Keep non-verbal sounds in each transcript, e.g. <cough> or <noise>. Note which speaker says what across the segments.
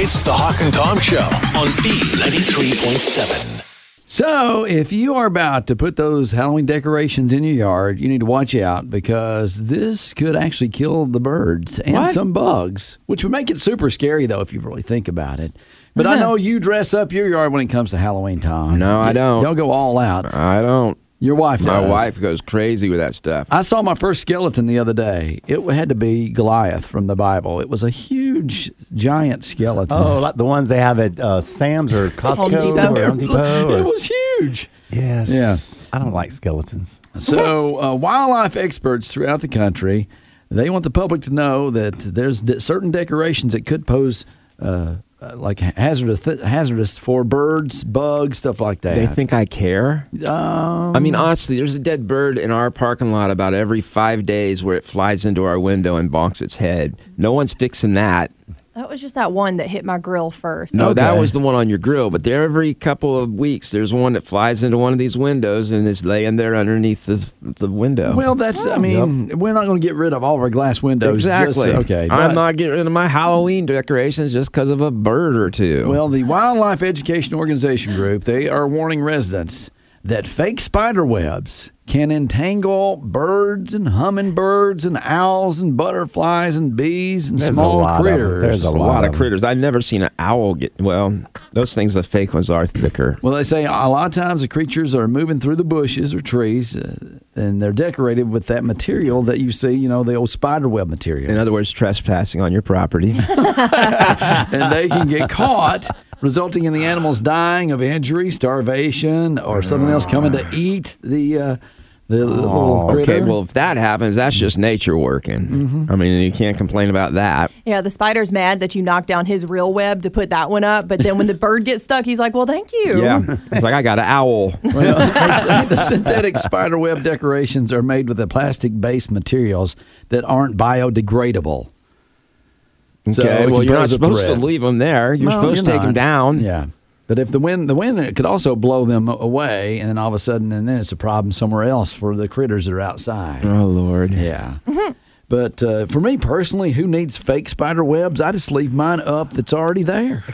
Speaker 1: It's the Hawk and Tom Show on B93.7.
Speaker 2: So, if you are about to put those Halloween decorations in your yard, you need to watch out because this could actually kill the birds and
Speaker 3: What?
Speaker 2: some bugs, which would make it super scary, though, if you really think about it. But
Speaker 4: Uh-huh.
Speaker 2: I know you dress up your yard when it comes to Halloween time.
Speaker 3: No, I don't.
Speaker 2: Y'all go all out.
Speaker 3: I don't.
Speaker 2: Your wife does. Uh,
Speaker 3: My wife goes crazy with that stuff.
Speaker 2: I saw my first skeleton the other day. It had to be Goliath from the Bible. It was a huge, giant skeleton.
Speaker 4: Oh, like the ones they have at uh, Sam's or Costco or Home Depot.
Speaker 2: <laughs> It
Speaker 4: Or,
Speaker 2: was huge.
Speaker 4: yes.
Speaker 2: Yeah.
Speaker 4: I don't
Speaker 2: <laughs>
Speaker 4: like skeletons.
Speaker 2: So, uh, wildlife experts throughout the country, they want the public to know that there's de- certain decorations that could pose uh, uh, like hazardous hazardous for birds, bugs, stuff like that.
Speaker 3: They think I care. I mean, honestly, there's a dead bird in our parking lot about every five days where it flies into our window and bonks its head. No one's fixing that.
Speaker 5: That was just that one that hit my grill first.
Speaker 3: No, that
Speaker 2: Okay.
Speaker 3: was the one on your grill. But there, every couple of weeks, there's one that flies into one of these windows and is laying there underneath the, the window.
Speaker 2: well, that's. I mean, we're not going to get rid of all of our glass windows. just-
Speaker 3: exactly.
Speaker 2: okay.
Speaker 3: I'm
Speaker 2: but-
Speaker 3: not getting rid of my Halloween decorations just because of a bird or two.
Speaker 2: Well, the Wildlife Education Organization Group, they are warning residents that fake spider webs can entangle birds and hummingbirds and owls and butterflies and bees and
Speaker 4: There's a
Speaker 2: small
Speaker 4: lot of 'em.
Speaker 2: critters.
Speaker 4: There's
Speaker 3: a
Speaker 4: a
Speaker 3: lot
Speaker 4: lot
Speaker 3: of
Speaker 4: of 'em.
Speaker 3: critters. I've never seen an owl get. Well, those things, the fake ones are thicker.
Speaker 2: Well, they say a lot of times the creatures are moving through the bushes or trees, uh, and they're decorated with that material that you see, you know, the old spider web material.
Speaker 3: In <laughs> other words, trespassing on
Speaker 2: <laughs>
Speaker 3: your property.
Speaker 2: and they can get caught, resulting in the animals dying of injury, starvation, or something else coming to eat the uh, the little critter.
Speaker 3: Ah. Oh, okay, well, if that happens, that's just nature working.
Speaker 2: Mm-hmm.
Speaker 3: I mean, you can't complain about that.
Speaker 5: Yeah, the spider's mad that you knocked down his real web to put that one up, but then when the bird gets stuck, he's like, "Well, thank you."
Speaker 3: Yeah. It's like, I got an owl.
Speaker 2: <laughs> Well, they say <laughs> the synthetic spider web decorations are made with a plastic-based materials that aren't biodegradable. <laughs>
Speaker 3: Okay,
Speaker 2: So it
Speaker 3: well,
Speaker 2: can
Speaker 3: you're not
Speaker 2: pose a
Speaker 3: supposed to
Speaker 2: threat.
Speaker 3: leave them there. You're
Speaker 2: No,
Speaker 3: supposed to take them
Speaker 2: not.
Speaker 3: down.
Speaker 2: Yeah, but if the wind, the wind could also blow them away, and then all of a sudden, and then it's a problem somewhere else for the critters that are outside.
Speaker 3: Oh, Lord.
Speaker 2: Yeah. But uh, for me personally, who needs fake spider webs? I just leave mine up that's already there.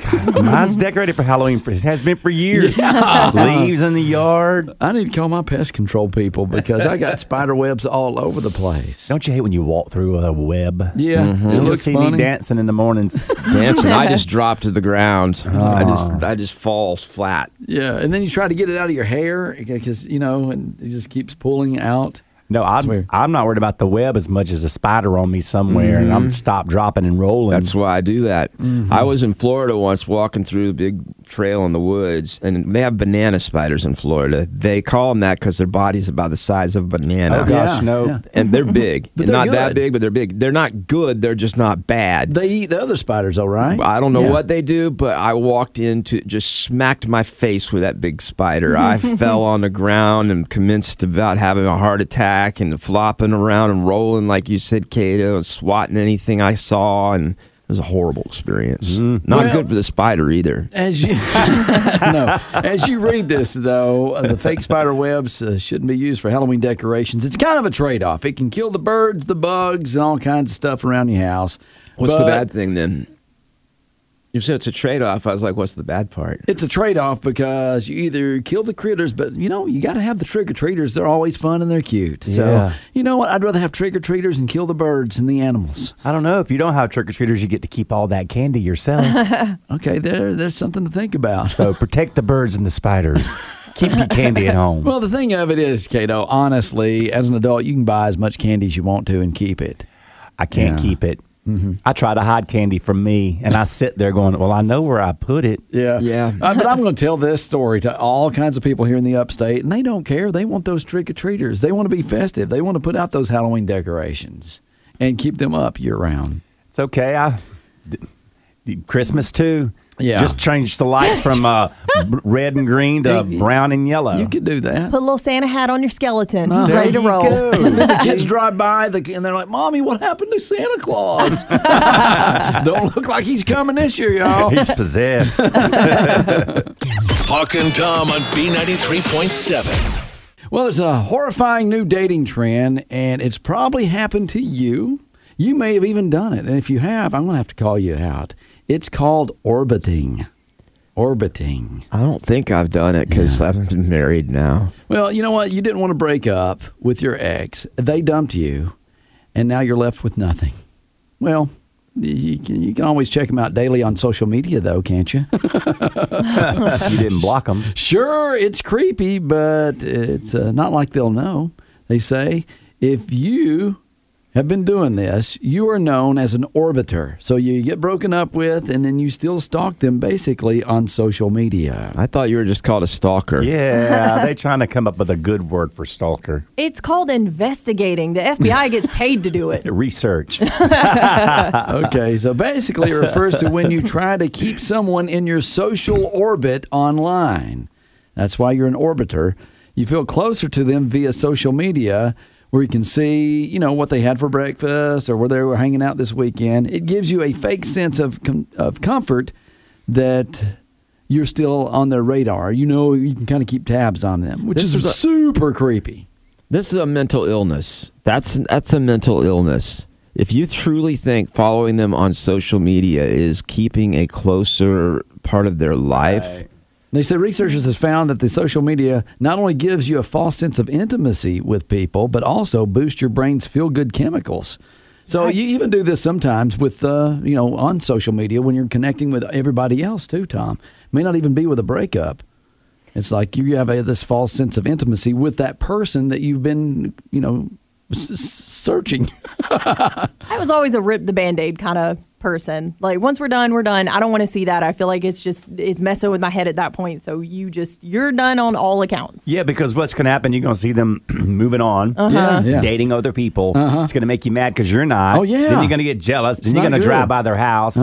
Speaker 4: Mine's decorated for Halloween. For, it has been for years. <laughs> Leaves in the yard.
Speaker 2: I need to call my pest control people because I got spider webs all over the place.
Speaker 4: Don't you hate when you walk through a web?
Speaker 2: yeah, it
Speaker 4: You'll
Speaker 2: looks
Speaker 4: see
Speaker 2: funny.
Speaker 4: me dancing in
Speaker 2: <laughs>
Speaker 4: the mornings.
Speaker 3: Dancing, I just drop to the ground. I
Speaker 2: Oh.
Speaker 3: just, I just fall flat.
Speaker 2: Yeah, and then you try to get it out of your hair because you know, and it just keeps pulling out.
Speaker 4: No,
Speaker 2: weird.
Speaker 4: I'm, I'm not worried about the web as much as a spider on me somewhere, and
Speaker 2: Mm-hmm.
Speaker 4: I'm stop dropping and rolling.
Speaker 3: That's why I do that. I was in Florida once walking through the big trail in the woods, and they have banana spiders in Florida. They call them that because their body's about the size of a banana.
Speaker 4: oh gosh,
Speaker 2: Yeah,
Speaker 4: no.
Speaker 2: yeah. <laughs>
Speaker 3: And they're big.
Speaker 2: But they're
Speaker 3: not that
Speaker 2: good.
Speaker 3: big, but they're big. They're not good, they're just not bad.
Speaker 2: They eat the other spiders, all right.
Speaker 3: I don't know
Speaker 2: Yeah.
Speaker 3: what they do, but I walked into just smacked my face with that big spider. I fell on the ground and commenced about having a heart attack and flopping around and rolling like you said, Cato, and swatting anything I saw and it was a horrible experience. Not
Speaker 2: Well-
Speaker 3: good for the spider either.
Speaker 2: As you <laughs> no, as you read this though, uh, the fake spider webs uh, shouldn't be used for Halloween decorations. It's kind of a trade-off. It can kill the birds, the bugs, and all kinds of stuff around your house.
Speaker 3: What's the
Speaker 2: But
Speaker 3: bad thing then? You said it's a trade off. I was like, what's the bad part?
Speaker 2: It's a trade-off because you either kill the critters, but you know you got to have the trick-or-treaters. They're always fun and they're cute. So
Speaker 4: Yeah.
Speaker 2: you know what? I'd rather have trick-or-treaters and kill the birds and the animals.
Speaker 4: I don't know. If you don't have trick or treaters, you get to keep all that
Speaker 2: <laughs>
Speaker 4: candy yourself.
Speaker 2: Okay, there, there's something to think about.
Speaker 4: so protect the birds and the spiders. Keep your candy at home.
Speaker 2: Well, the thing of it is, Cato, honestly, as an adult, you can buy as much candy as you want to and keep it.
Speaker 4: I can't
Speaker 2: Yeah. Mm-hmm.
Speaker 4: keep it. I try to hide candy from me, and I sit there going, "Well, I know where I put it."
Speaker 2: Yeah.
Speaker 3: Yeah.
Speaker 2: Uh, but I'm going to tell this story to all kinds of people here in the upstate, and they don't care. They want those trick or treaters. They want to be festive. They want to put out those Halloween decorations and keep them up year round.
Speaker 4: It's okay. I d- Christmas too.
Speaker 2: Yeah.
Speaker 4: Just change the lights
Speaker 2: <laughs>
Speaker 4: from uh, b- red and green to brown and yellow.
Speaker 2: You could do that.
Speaker 5: Put a little Santa hat on your skeleton. He's
Speaker 4: There
Speaker 5: ready to
Speaker 4: you
Speaker 5: roll.
Speaker 4: go.
Speaker 5: <laughs>
Speaker 2: the kids drive by the, and they're like, Mommy, what happened to Santa Claus? <laughs> don't look like he's coming this year, y'all.
Speaker 4: <laughs> He's possessed.
Speaker 1: Hawk and Tom on B93.7.
Speaker 2: Well, it's a horrifying new dating trend, and it's probably happened to you. You may have even done it. And if you have, I'm going to have to call you out. It's called orbiting. Orbiting.
Speaker 3: I don't think I've done it because I've been married now.
Speaker 2: Well, you know what? You didn't want to break up with your ex. They dumped you, and now you're left with nothing. Well, you can, you can always check them out daily on social media, though, can't you?
Speaker 4: You didn't
Speaker 2: <laughs>
Speaker 4: block them.
Speaker 2: Sure, it's creepy, but it's uh, not like they'll know. They say if you have been doing this, you are known as an orbiter. So you get broken up with, and then you still stalk them basically on social media.
Speaker 3: I thought you were just called a stalker.
Speaker 4: Yeah, they trying to come up with a good word for stalker.
Speaker 5: It's called investigating. The FBI gets paid to do it. <laughs>
Speaker 4: Research.
Speaker 2: <laughs> Okay, so basically it refers to when you try to keep someone in your social orbit online. That's why you're an orbiter. You feel closer to them via social media where you can see, you know, what they had for breakfast or where they were hanging out this weekend. It gives you a fake sense of com- of comfort that you're still on their radar. You know, you can kind of keep tabs on them, which
Speaker 3: This
Speaker 2: is,
Speaker 3: is a-
Speaker 2: super creepy.
Speaker 3: This is a mental illness. That's that's a mental illness. If you truly think following them on social media is keeping a closer part of their life,
Speaker 2: They said researchers have found that the social media not only gives you a false sense of intimacy with people, but also boosts your brain's feel-good chemicals. So you
Speaker 5: Yikes.
Speaker 2: even do this sometimes with, uh, you know, on social media when you're connecting with everybody else too. Tom may not even be with a breakup. It's like you have a, this false sense of intimacy with that person that you've been, you know, s- s- searching.
Speaker 5: I was always a rip the band aid kind of person. Like, once we're done, we're done. I don't want to see that. I feel like it's just, it's messing with my head at that point. So you just, you're done on all accounts.
Speaker 4: yeah, because what's going to happen? You're going to see them <clears throat> moving on.
Speaker 5: Uh-huh.
Speaker 2: Yeah, yeah. Uh-huh.
Speaker 4: Dating other people, it's going to make you mad because you're not.
Speaker 2: Oh, yeah.
Speaker 4: then you're going to get jealous.
Speaker 2: It's
Speaker 4: then you're
Speaker 2: not
Speaker 4: going to drive
Speaker 2: good. Uh-huh.
Speaker 4: by their house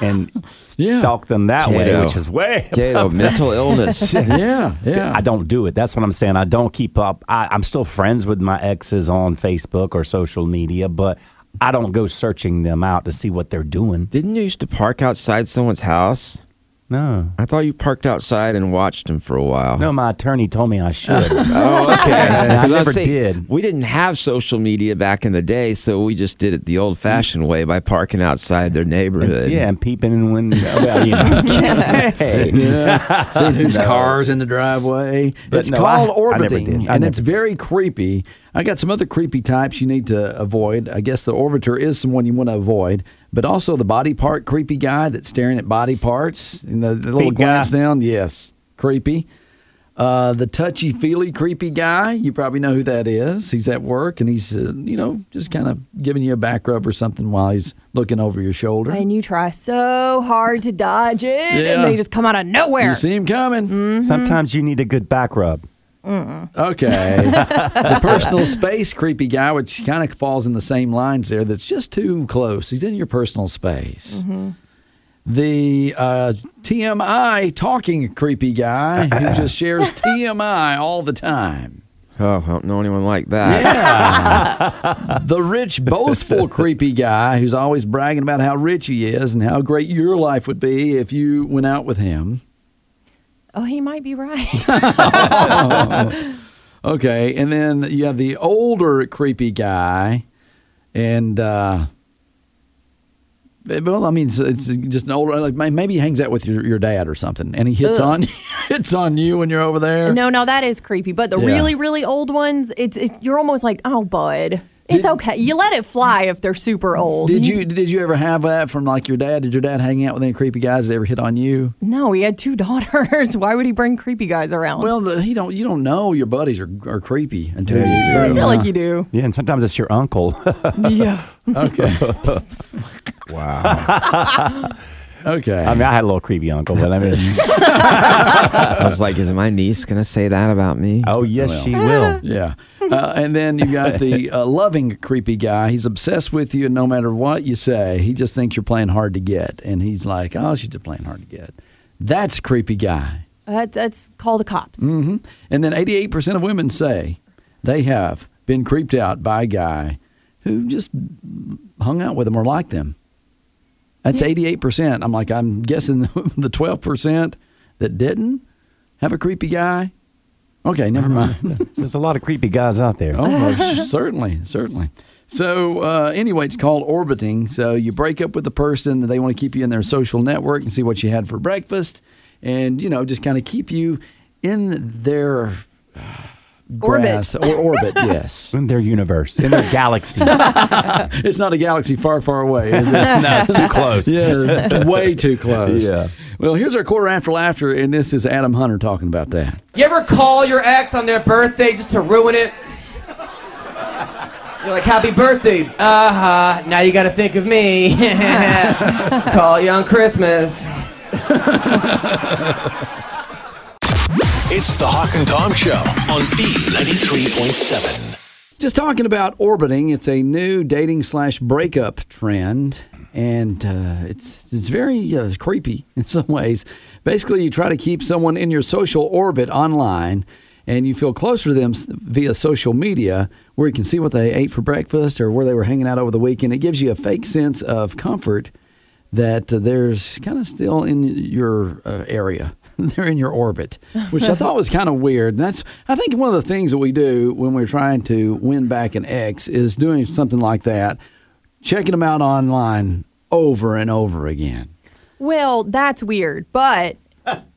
Speaker 4: and
Speaker 2: <laughs> Yeah.
Speaker 4: stalk them that way,
Speaker 3: Kato.
Speaker 4: which is way. <laughs>
Speaker 3: Kato, mental illness. <laughs>
Speaker 2: yeah, yeah.
Speaker 4: I don't do it. That's what I'm saying. I don't keep up. I, I'm still friends with my exes on Facebook or social media, but I don't go searching them out to see what they're doing.
Speaker 3: Didn't you used to park outside someone's house?
Speaker 4: No.
Speaker 3: I thought you parked outside and watched them for a while.
Speaker 4: No, my attorney told me
Speaker 2: <laughs>
Speaker 4: I should.
Speaker 3: Oh, okay.
Speaker 4: <laughs> I
Speaker 3: 'Cause was
Speaker 4: never
Speaker 3: saying,
Speaker 4: did.
Speaker 3: We didn't have social media back in the day, so we just did it the old-fashioned way by parking outside their neighborhood.
Speaker 4: yeah, and peeping and when. Well, you
Speaker 2: <laughs>
Speaker 4: know. Hey.
Speaker 2: Yeah.
Speaker 4: <laughs>
Speaker 2: Seeing whose car's in the driveway.
Speaker 4: But
Speaker 2: it's
Speaker 4: no,
Speaker 2: called
Speaker 4: I- I never
Speaker 2: orbiting,
Speaker 4: did. I
Speaker 2: and
Speaker 4: never
Speaker 2: it's very creepy. I got some other creepy types you need to avoid. I guess the orbiter is someone you want to avoid, but also the body part creepy guy that's staring at body parts and the, the little
Speaker 4: Feet guy.
Speaker 2: glance down. Yes, creepy. Uh, the touchy feely creepy guy, you probably know who that is. He's at work and he's, uh, you know, just kind of giving you a back rub or something while he's looking over your shoulder.
Speaker 5: And you try so hard to dodge it,
Speaker 2: Yeah.
Speaker 5: and they just come out of nowhere.
Speaker 2: You see him coming.
Speaker 4: Sometimes you need a good back rub.
Speaker 2: Okay. the personal space creepy guy, which kind of falls in the same lines there, that's just too close. He's in your personal space. The uh, TMI talking creepy guy who just shares TMI all the time.
Speaker 3: Oh, I don't know anyone like that.
Speaker 2: Yeah. the rich, boastful, creepy guy who's always bragging about how rich he is and how great your life would be if you went out with him.
Speaker 5: Oh, he might be right. <laughs>
Speaker 2: Okay, and then you have the older creepy guy, and uh, eh, well, I mean, it's, it's just an older. Like may- maybe he hangs out with your, your dad or something, and he hits
Speaker 5: Ugh.
Speaker 2: on <laughs> hits on you when you're over there.
Speaker 5: No, no, that is creepy. But the
Speaker 2: Yeah.
Speaker 5: really, really old ones, it's, it's you're almost like, oh, bud, it's
Speaker 2: Did-
Speaker 5: okay. You let it fly if they're super old.
Speaker 2: Did you did you ever have that from like your dad? Did your dad hang out with any creepy guys that ever hit on you?
Speaker 5: No, he had two <laughs> daughters. Why would he bring creepy guys around?
Speaker 2: Well, the, he don't you don't know your buddies are, are creepy until
Speaker 5: I
Speaker 2: you
Speaker 5: feel like
Speaker 2: <laughs>
Speaker 5: you do.
Speaker 4: Yeah, and sometimes it's your uncle. <laughs>
Speaker 5: yeah.
Speaker 2: Okay,
Speaker 4: <laughs>
Speaker 1: Wow.
Speaker 2: okay.
Speaker 4: I mean, I had a little creepy uncle, but I mean,
Speaker 3: I was like, is my niece going to say that about me?
Speaker 4: oh, yes, she <laughs> will.
Speaker 2: Yeah. Uh, and then you got the uh, loving, creepy guy. He's obsessed with you, and no matter what you say, he just thinks you're playing hard to get. And he's like, oh, she's just playing hard to get. That's a creepy guy.
Speaker 5: That, that's call the cops.
Speaker 2: hmm And then 88% of women say they have been creeped out by a guy who just hung out with them or liked them. That's 88%. I'm like, I'm guessing <laughs> the 12% that didn't have a creepy guy. Okay, never mind.
Speaker 4: There's a lot of creepy guys out there.
Speaker 2: Oh, most Oh, certainly, certainly. So uh, anyway, it's called orbiting. So you break up with the person, they want to keep you in their social network and see what you had for breakfast, and you know just kind of keep you in their uh,
Speaker 5: Orbit.
Speaker 2: grasp- or orbit. Yes,
Speaker 4: In their universe, in <laughs> their galaxy.
Speaker 2: it's not a galaxy far, far away,
Speaker 4: <laughs>
Speaker 2: is it?
Speaker 4: no, it's too close.
Speaker 2: Yeah, way too close.
Speaker 4: Yeah.
Speaker 2: Well, here's our quarter after laughter, and this is Adam Hunter talking about that.
Speaker 6: You ever call your ex on their birthday just to ruin it? You're like, happy birthday. Uh huh. Now you gotta think of me. <laughs> call you on Christmas.
Speaker 1: It's the Hawk and Tom Show on B93.7.
Speaker 2: Just talking about orbiting, it's a new dating slash breakup trend, and uh, it's it's very uh, creepy <laughs> in some ways. Basically, you try to keep someone in your social orbit online, and you feel closer to them s- via social media, where you can see what they ate for breakfast or where they were hanging out over the weekend. It gives you a fake sense of comfort that uh, there's kind of still in your uh, area. <laughs> They're in your orbit, which I thought was kind of weird. And that's, I think, one of the things that we do when we're trying to win back an ex is doing something like that, checking them out online over and over again.
Speaker 5: Well, that's weird,
Speaker 2: <laughs>
Speaker 5: but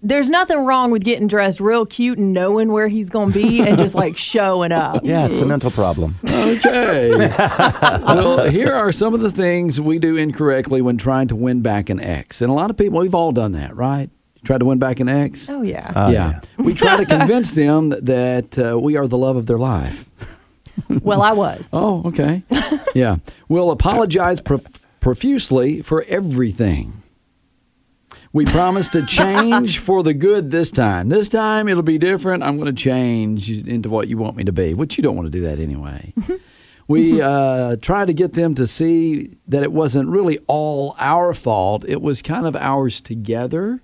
Speaker 5: there's nothing wrong with getting dressed real cute and knowing where he's going to be and
Speaker 2: <laughs>
Speaker 5: just like showing up.
Speaker 4: Yeah, it's a mental problem.
Speaker 2: Okay. <laughs> well, here are some of the things we do incorrectly when trying to win back an ex. And a lot of people, we've all done that, right? Tried to win back an ex.
Speaker 5: Oh, yeah.
Speaker 2: yeah. we try to convince them that uh, we are the love of their life.
Speaker 5: well, I was.
Speaker 2: Oh, okay. yeah. We'll apologize prof- profusely for everything. We promise to change for the good this time. This time it'll be different. I'm going to change into what you want me to be, which you don't want to do that anyway. we uh, try to get them to see that it wasn't really all our fault, it was kind of ours together.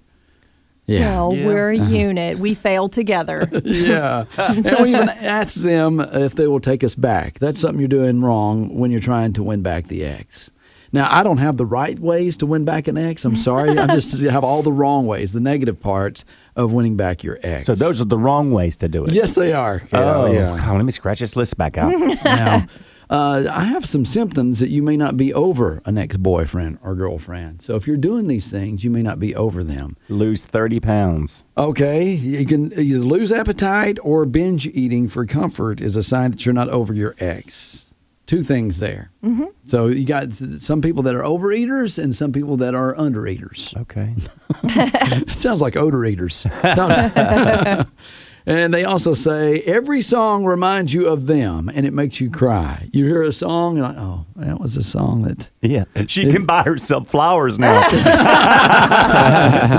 Speaker 2: Yeah. Uh-huh.
Speaker 5: Well, we're a unit. We fail together.
Speaker 2: <laughs> Yeah. and we even ask them if they will take us back. That's something you're doing wrong when you're trying to win back the ex. Now, I don't have the right ways to win back an ex. I'm sorry. I just <laughs> have all the wrong ways, the negative parts of winning back your ex.
Speaker 4: So those are the wrong ways to do it.
Speaker 2: Yes, they are.
Speaker 4: Oh,
Speaker 2: yeah.
Speaker 4: God, let me scratch this list back <laughs> out.
Speaker 2: now, uh, I have some symptoms that you may not be over an ex boyfriend or girlfriend. So if you're doing these things, you may not be over them.
Speaker 4: Lose 30 pounds.
Speaker 2: Okay, you can either lose appetite or binge eating for comfort is a sign that you're not over your ex. Two things there. Mm-hmm. So you got s- some people that are overeaters and some people that are undereaters.
Speaker 4: Okay.
Speaker 2: It sounds like odor eaters. don't it? and they also say every song reminds you of them and it makes you cry. You hear a song, you're like, oh, that was a song that.
Speaker 4: <laughs> Yeah. She can buy herself flowers <laughs> now.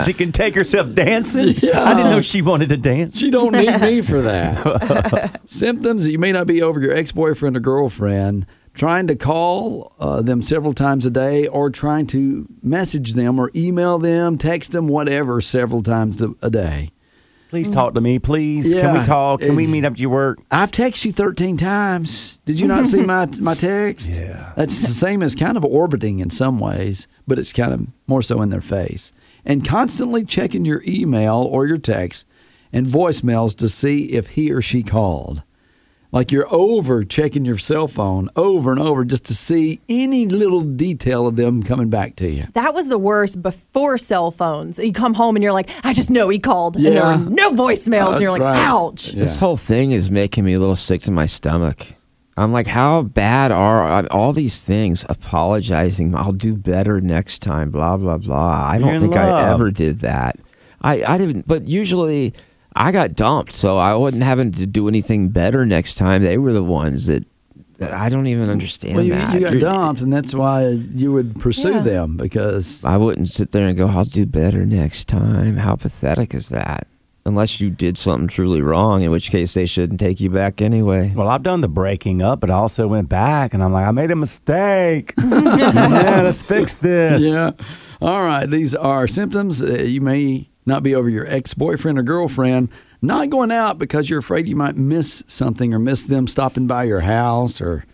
Speaker 4: she can take herself dancing. I didn't know she wanted to dance.
Speaker 2: She don't need me for that. Symptoms that you may not be over your ex-boyfriend or girlfriend. Trying to call uh, them several times a day, or trying to message them, or email them, text them, whatever, several times a, a day.
Speaker 4: Please talk to me. Please. Can
Speaker 2: Yeah.
Speaker 4: we talk? Can we
Speaker 2: It's-
Speaker 4: meet up to your work?
Speaker 2: I've texted you thirteen times. Did you not see my my
Speaker 3: <laughs>
Speaker 2: text? Yeah, that's the same as kind of orbiting in some ways, but it's kind of more so in their face and constantly checking your email or your text and voicemails to see if he or she called. Like you're over checking your cell phone over and over just to see any little detail of them coming back to you.
Speaker 5: That was the worst before cell phones. You come home and you're like, I just know he called. And there
Speaker 2: Yeah.
Speaker 5: were no voicemails. and you're like,
Speaker 2: Right.
Speaker 5: ouch.
Speaker 2: Yeah.
Speaker 3: This whole thing is making me a little sick to my stomach. I'm like, how bad are all these things? Apologizing, I'll do better next time. Blah blah blah. I
Speaker 4: You're
Speaker 3: don't
Speaker 4: in
Speaker 3: think I
Speaker 4: love.
Speaker 3: ever did that. I I didn't. But usually, I got dumped, so I wasn't having to do anything better next time. They were the ones that, that I don't even understand.
Speaker 2: Well, you,
Speaker 3: that.
Speaker 2: you got
Speaker 3: You're-
Speaker 2: dumped, and that's why you would pursue
Speaker 5: Yeah.
Speaker 2: them because
Speaker 3: I wouldn't sit there and go, I'll do better next time. How pathetic is that? Unless you did something truly wrong, in which case they shouldn't take you back anyway.
Speaker 4: Well, I've done the breaking up, but I also went back and I'm like, I made a mistake. yeah, let's fix this.
Speaker 2: Yeah. All right. These are symptoms. Uh, you may not be over your ex boyfriend or girlfriend. Not going out because you're afraid you might miss something or miss them stopping by your house or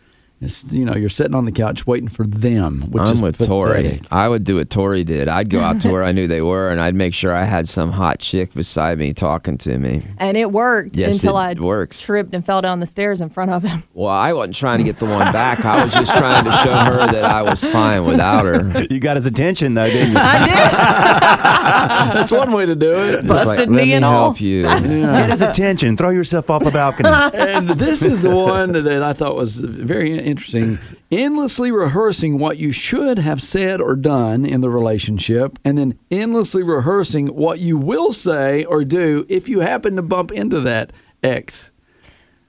Speaker 2: It's, you know, you're sitting on the couch waiting for them, which
Speaker 3: I'm
Speaker 2: is
Speaker 3: with
Speaker 2: pathetic. <laughs>
Speaker 3: Tori. I would do what Tori did. I'd go out to where I knew they were, and I'd make sure I had some hot chick beside me talking to me.
Speaker 5: <laughs> And it worked
Speaker 3: Yes,
Speaker 5: until
Speaker 3: it
Speaker 5: I
Speaker 3: works.
Speaker 5: tripped and fell down the stairs in front of him.
Speaker 3: Well, I wasn't trying to get the one back. I was just trying to show her that I was fine without her.
Speaker 4: You got his attention though, didn't you?
Speaker 5: I
Speaker 3: <laughs>
Speaker 5: did.
Speaker 2: That's one way to do it.
Speaker 3: Just
Speaker 5: Busted
Speaker 3: like,
Speaker 5: me
Speaker 3: let me
Speaker 5: and all."
Speaker 3: help you.
Speaker 4: <laughs> Get his attention. Throw yourself off
Speaker 3: <laughs>
Speaker 4: a balcony.
Speaker 2: and this is the one that I thought was very interesting. Endlessly rehearsing what you should have said or done in the relationship, and then endlessly rehearsing what you will say or do if you happen to bump into that ex.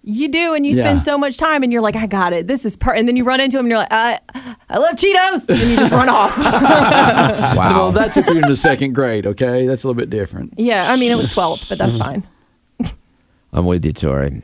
Speaker 5: You do, and you
Speaker 2: Yeah.
Speaker 5: spend so much time, and you're like, I got it. This is per. And then you run into him, and you're like, I, I love Cheetos. And you
Speaker 3: <laughs>
Speaker 5: just run off. <laughs>
Speaker 2: Well,
Speaker 3: Wow.
Speaker 2: that's if you're in the second grade, okay? That's a little bit different.
Speaker 5: yeah, I mean, it was 12th, but that's fine.
Speaker 3: I'm with you, Tori.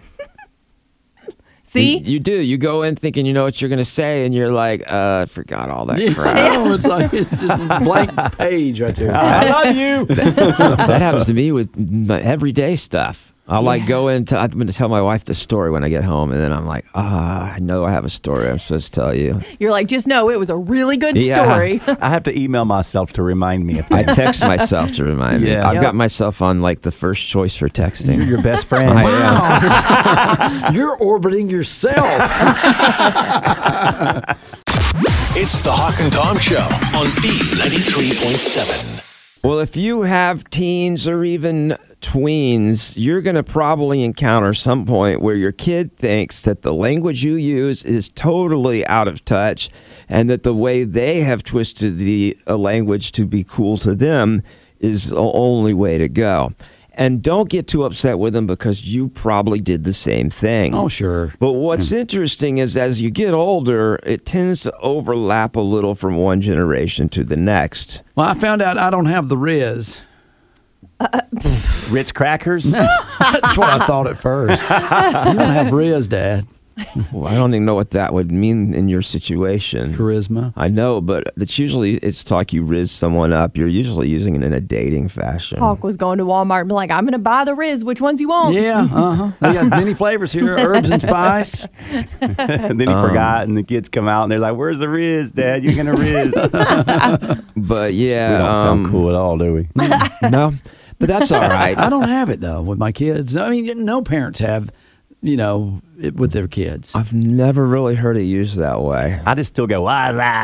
Speaker 5: See?
Speaker 3: You, you do. You go in thinking you know what you're going to say, and you're like, uh, I forgot all
Speaker 2: <laughs>
Speaker 3: that
Speaker 2: Yeah,
Speaker 3: crap.
Speaker 2: it's like it's just a blank page right there.
Speaker 4: I love
Speaker 3: <laughs>
Speaker 4: you.
Speaker 3: that happens to me with my everyday stuff. I'll like go into, I'm going to tell my wife the story when I get home, and then I'm like, ah, I know I have a story I'm supposed to tell you.
Speaker 5: You're like, just know it was a really good
Speaker 3: Yeah.
Speaker 5: story.
Speaker 4: I have to email myself to remind me if
Speaker 3: I <laughs>
Speaker 4: I
Speaker 3: text myself to remind me.
Speaker 4: Yeah.
Speaker 3: I've
Speaker 5: Yep.
Speaker 3: got myself on like the first choice for texting.
Speaker 4: you're your best friend.
Speaker 3: I am.
Speaker 2: You're orbiting yourself.
Speaker 1: It's the Hawk and Tom Show on B93.7.
Speaker 3: Well, if you have teens or even tweens, you're going to probably encounter some point where your kid thinks that the language you use is totally out of touch and that the way they have twisted the uh, language to be cool to them is the only way to go. And don't get too upset with them because you probably did the same thing.
Speaker 2: Oh, sure.
Speaker 3: But what's interesting is as you get older, it tends to overlap a little from one generation to the next.
Speaker 2: Well, I found out I don't have the Riz.
Speaker 4: <laughs> Ritz
Speaker 3: <laughs>
Speaker 4: crackers. <laughs>
Speaker 2: That's what I thought at first. You don't have Riz, Dad.
Speaker 3: Well, I don't even know what that would mean in your situation.
Speaker 2: Charisma.
Speaker 3: I know, but it's usually it's like you riz someone up. You're usually using it in a dating fashion.
Speaker 5: Hawk was going to Walmart and be like, I'm going to buy the Riz. Which ones you want?
Speaker 2: Yeah, uh huh. They got many flavors here herbs and spice.
Speaker 4: and then he
Speaker 3: Um.
Speaker 4: forgot, and the kids come out and they're like, "Where's the Riz, Dad? You're
Speaker 3: <laughs>
Speaker 4: gonna Riz." we don't
Speaker 3: But yeah, <laughs>
Speaker 4: sound
Speaker 3: um,
Speaker 4: cool at all, do we?
Speaker 3: no, but that's all right.
Speaker 2: I don't have it, though, with my kids. I mean, no parents have, you know, it with their kids.
Speaker 3: I've never really heard it used that way
Speaker 4: I just still go
Speaker 3: <laughs>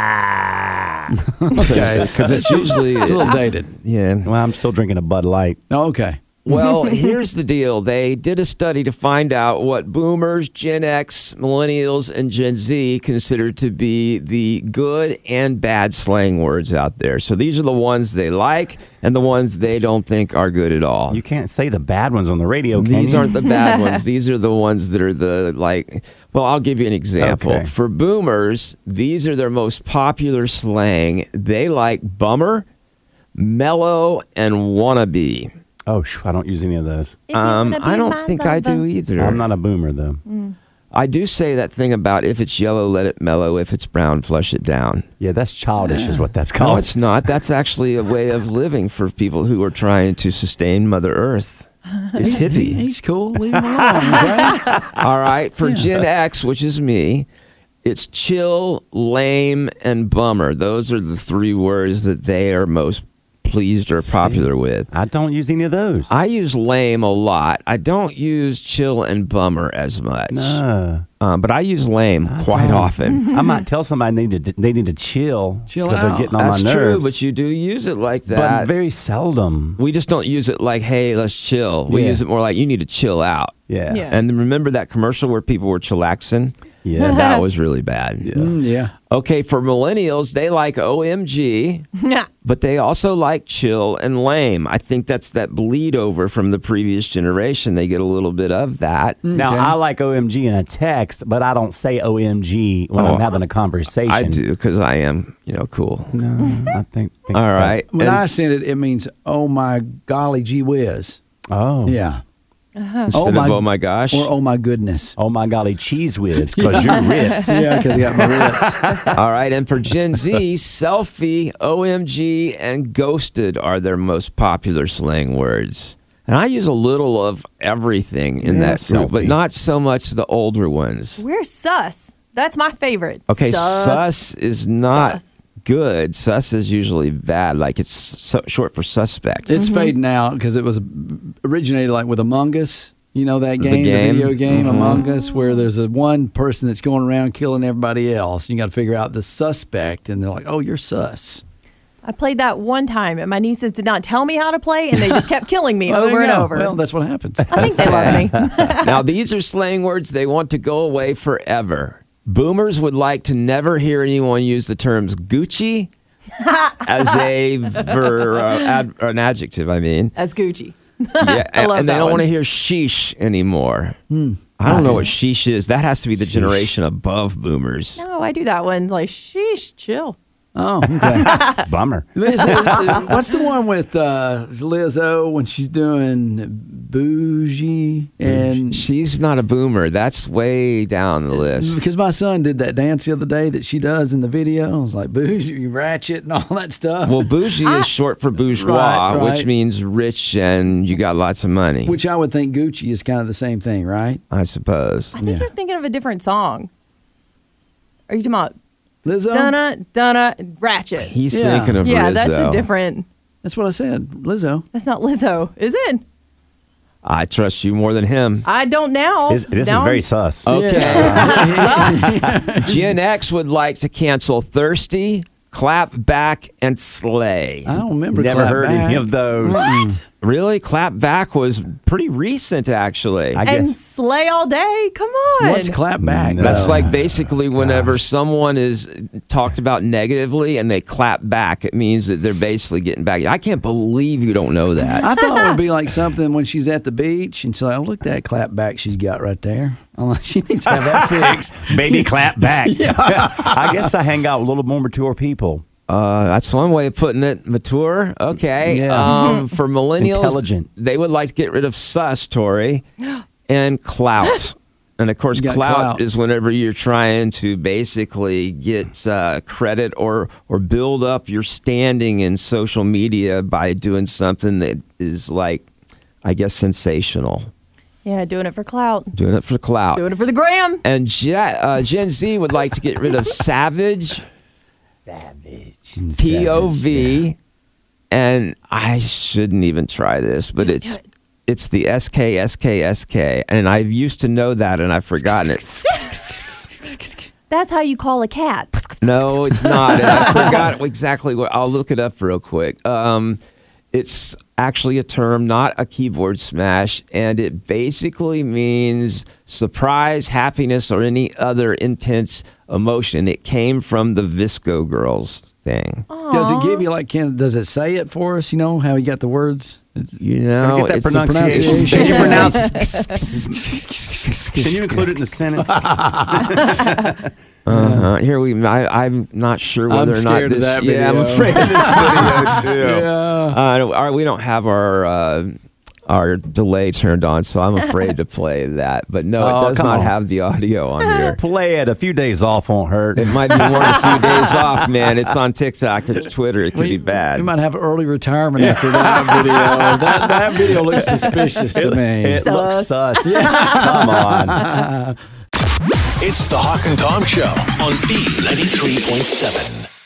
Speaker 4: waza.
Speaker 2: <laughs> Okay.
Speaker 3: because it's usually
Speaker 2: It's a little dated.
Speaker 3: yeah.
Speaker 4: well, I'm still drinking a Bud Light.
Speaker 2: Oh, Okay.
Speaker 3: Well, here's the deal. They did a study to find out what boomers, Gen X, millennials, and Gen Z consider to be the good and bad slang words out there. So these are the ones they like and the ones they don't think are good at all.
Speaker 4: You can't say the bad ones on the radio. Can
Speaker 3: These
Speaker 4: you?
Speaker 3: aren't the bad ones. These are the ones that are the like. Well, I'll give you an example.
Speaker 4: Okay.
Speaker 3: For boomers, these are their most popular slang. They like bummer, mellow, and wannabe.
Speaker 4: Oh, shoo, I don't use any of those.
Speaker 5: If you
Speaker 3: Um,
Speaker 5: wanna be
Speaker 3: I
Speaker 5: my
Speaker 3: don't think I
Speaker 5: lover.
Speaker 3: do e-,
Speaker 5: <laughs>
Speaker 3: either.
Speaker 4: I'm not a boomer though.
Speaker 3: Mm. I do say that thing about if it's yellow, let it mellow. If it's brown, flush it down.
Speaker 4: Yeah, that's childish, is what that's
Speaker 3: No,
Speaker 4: called.
Speaker 3: it's not. That's actually a way of living for people who are trying to sustain Mother Earth. It's hippie.
Speaker 2: He's cool. Leave him alone. Right?
Speaker 3: All right, for Gen X, which is me, it's chill, lame, and bummer. Those are the three words that they are most pleased or popular with.
Speaker 4: I don't use any of those.
Speaker 3: I use lame a lot. I don't use chill and bummer as much.
Speaker 4: No.
Speaker 3: Um, but I use lame quite often.
Speaker 4: I might tell somebody they need to they need to chill
Speaker 2: Chill
Speaker 4: they're
Speaker 2: out.
Speaker 4: getting on
Speaker 3: That's
Speaker 4: my
Speaker 3: true,
Speaker 4: nerves.
Speaker 3: but you do use it like
Speaker 4: But
Speaker 3: that.
Speaker 4: very seldom.
Speaker 3: we just don't use it like, hey, let's chill. We
Speaker 4: Yeah.
Speaker 3: use it more like, you need to chill out.
Speaker 4: Yeah.
Speaker 5: Yeah.
Speaker 3: And remember that commercial where people were chillaxing?
Speaker 4: Yeah.
Speaker 2: <laughs>
Speaker 3: that was really bad.
Speaker 2: Mm, yeah.
Speaker 3: Okay, for millennials, they
Speaker 2: <laughs>
Speaker 3: like OMG,
Speaker 5: Nah.
Speaker 3: but they also like chill and lame. I think that's that bleed over from the previous generation. They get a little bit of that.
Speaker 4: Now I like OMG in a text, but I don't say OMG when
Speaker 3: Oh,
Speaker 4: I'm having a conversation.
Speaker 3: I do because I am, you know, cool.
Speaker 4: No, I think, think
Speaker 3: All right.
Speaker 2: When
Speaker 3: and
Speaker 2: I send it, it means, oh my golly gee whiz.
Speaker 4: that- oh.
Speaker 2: Yeah.
Speaker 3: instead
Speaker 2: oh my-
Speaker 3: of oh my gosh.
Speaker 2: Or oh my goodness.
Speaker 4: Oh my golly, cheese
Speaker 3: <laughs>
Speaker 4: whiz, because you're
Speaker 2: <laughs>
Speaker 4: Ritz.
Speaker 2: Yeah, because I got my Ritz.
Speaker 3: All right, and for Gen Z, selfie, OMG, and ghosted are their most popular slang words. And I use a little of everything in
Speaker 4: Yeah,
Speaker 3: that group, but
Speaker 4: selfie.
Speaker 3: not so much the older ones.
Speaker 5: We're sus. That's my favorite.
Speaker 3: Okay, sus, is not
Speaker 5: Sus.
Speaker 3: good. Sus is usually bad. Like it's su- short for suspects.
Speaker 2: It's
Speaker 5: Mm-hmm.
Speaker 2: fading out because it was originated like with Among Us. You know that game, the,
Speaker 3: game?
Speaker 2: video game Among Us, where there's a one person that's going around killing everybody else, and you got to figure out the suspect, and they're like, "Oh, you're sus."
Speaker 5: I played that one time, and my nieces did not tell me how to play, and they just kept killing
Speaker 2: <laughs>
Speaker 5: me
Speaker 2: Well, there
Speaker 5: over
Speaker 2: you
Speaker 5: and
Speaker 2: go.
Speaker 5: over.
Speaker 2: Well, that's what happens.
Speaker 5: I think <laughs> they
Speaker 3: <laughs>
Speaker 5: love me.
Speaker 3: now these are slang words they want to go away forever. Boomers would like to never hear anyone use the terms
Speaker 5: <laughs>
Speaker 3: Gucci as a ver, uh, ad, an adjective. I mean,
Speaker 5: <laughs> That's Gucci.
Speaker 3: yeah, and,
Speaker 5: love
Speaker 3: and they
Speaker 5: that
Speaker 3: don't want to
Speaker 5: one.
Speaker 3: hear sheesh anymore.
Speaker 2: Hmm.
Speaker 3: I don't know what sheesh is. That has to be the generation above boomers.
Speaker 5: No, I do that one. Like, sheesh, chill.
Speaker 2: <laughs> oh, okay.
Speaker 4: Bummer.
Speaker 2: Liz, uh, what's the one with uh, Lizzo when she's doing bougie and
Speaker 3: She's not a boomer. That's way down the list.
Speaker 2: because my son did that dance the other day that she does in the video. I was like bougie, ratchet, and all that stuff.
Speaker 3: Well, bougie
Speaker 5: Ah.
Speaker 3: is short for bourgeois,
Speaker 2: Right, right.
Speaker 3: which means rich and you got lots of money,
Speaker 2: Which I would think Gucci is kind of the same thing, right?
Speaker 3: I suppose.
Speaker 5: I think
Speaker 2: Yeah.
Speaker 5: you're thinking of a different song. Are you talking about
Speaker 2: Lizzo?
Speaker 5: Dunna, Dunna, Ratchet?
Speaker 3: He's
Speaker 2: Yeah.
Speaker 3: thinking of
Speaker 5: yeah,
Speaker 3: Rizzo.
Speaker 5: that's a different.
Speaker 2: That's what I said. Lizzo.
Speaker 5: That's not Lizzo, is it?
Speaker 3: I trust you more than him.
Speaker 5: I don't now.
Speaker 4: This, this
Speaker 5: Now
Speaker 4: is very
Speaker 5: I'm-
Speaker 4: sus.
Speaker 3: Okay.
Speaker 2: Yeah. <laughs>
Speaker 3: Gen X would like to cancel thirsty, clap back, and slay.
Speaker 2: I don't remember.
Speaker 4: Never
Speaker 2: Clap
Speaker 4: heard
Speaker 2: Back.
Speaker 4: any of those.
Speaker 3: Mm. Really? Clap back was pretty recent, actually.
Speaker 4: I
Speaker 5: and <laughs>
Speaker 4: guess.
Speaker 5: slay all day. Come on.
Speaker 2: What's clap back?
Speaker 3: <laughs>
Speaker 4: No.
Speaker 3: That's
Speaker 4: Oh,
Speaker 3: like basically
Speaker 2: Oh,
Speaker 3: whenever someone is talked about negatively and they clap back, it means that they're basically getting back. I can't believe you don't know that.
Speaker 2: I thought it would be like something when she's at the beach and she's like, "Oh, look at that clap back she's got right there." I'm like, <laughs> she needs to have that
Speaker 3: <laughs>
Speaker 2: fixed.
Speaker 4: Baby clap back. <laughs> I guess I hang out with a little more mature people.
Speaker 3: Uh, that's one way of putting it. Mature. Okay.
Speaker 4: Yeah.
Speaker 2: <laughs>
Speaker 3: Um, for millennials,
Speaker 4: Intelligent.
Speaker 3: they would like to get rid of sus,
Speaker 2: <gasps>
Speaker 3: Tori, and clout. And of course,
Speaker 2: You got
Speaker 3: clout,
Speaker 2: clout.
Speaker 3: is whenever you're trying to basically get uh, credit or or build up your standing in social media by doing something that is like, I guess, sensational.
Speaker 5: Yeah, doing it for clout.
Speaker 3: Doing it for clout.
Speaker 5: Doing it for the gram.
Speaker 3: and Gen, uh, Gen Z would like to get rid of savage. POV, and I shouldn't even try this, but it's it's the SK SK SK, and I used to know that, and I've forgotten it.
Speaker 5: That's how you call a cat.
Speaker 3: No, it's not. And I forgot exactly what. I'll look it up real quick. Um, it's actually a term, not a keyboard smash, and it basically means surprise, happiness, or any other intense emotion. It came from the Visco Girls thing.
Speaker 4: Oh,
Speaker 2: Does it give you like? Can does it say it for us? You know how you got the words. It's-
Speaker 3: You know,
Speaker 4: Get that
Speaker 3: it's-
Speaker 4: pronunciation.
Speaker 2: pronunciation.
Speaker 4: Can you
Speaker 2: Yeah.
Speaker 4: pronounce? <laughs> Can you include it in the sentence?
Speaker 3: Uh-huh. Here we. I, I'm not sure
Speaker 2: I'm
Speaker 3: whether or not
Speaker 2: scared of
Speaker 3: this.
Speaker 2: that
Speaker 3: yeah, I'm
Speaker 2: video.
Speaker 3: afraid
Speaker 2: <laughs>
Speaker 3: of this video too.
Speaker 2: Yeah.
Speaker 3: Uh, no, our- we don't have our uh, our delay turned on, so I'm
Speaker 2: <laughs>
Speaker 3: afraid to play that. But no,
Speaker 4: Oh,
Speaker 3: it does
Speaker 4: come
Speaker 3: not
Speaker 4: on.
Speaker 3: have the audio on
Speaker 2: <laughs>
Speaker 3: here.
Speaker 4: Play it. A few days off won't hurt.
Speaker 3: It might be more than a few days off, man. It's on TikTok or Twitter. It could be
Speaker 2: We-
Speaker 3: bad.
Speaker 2: We might have early retirement after that video. That, that video looks
Speaker 3: <laughs>
Speaker 2: suspicious to me.
Speaker 4: It looks
Speaker 5: Sus.
Speaker 4: sus. Come on.
Speaker 1: It's the Hawk and Tom Show on B93.7.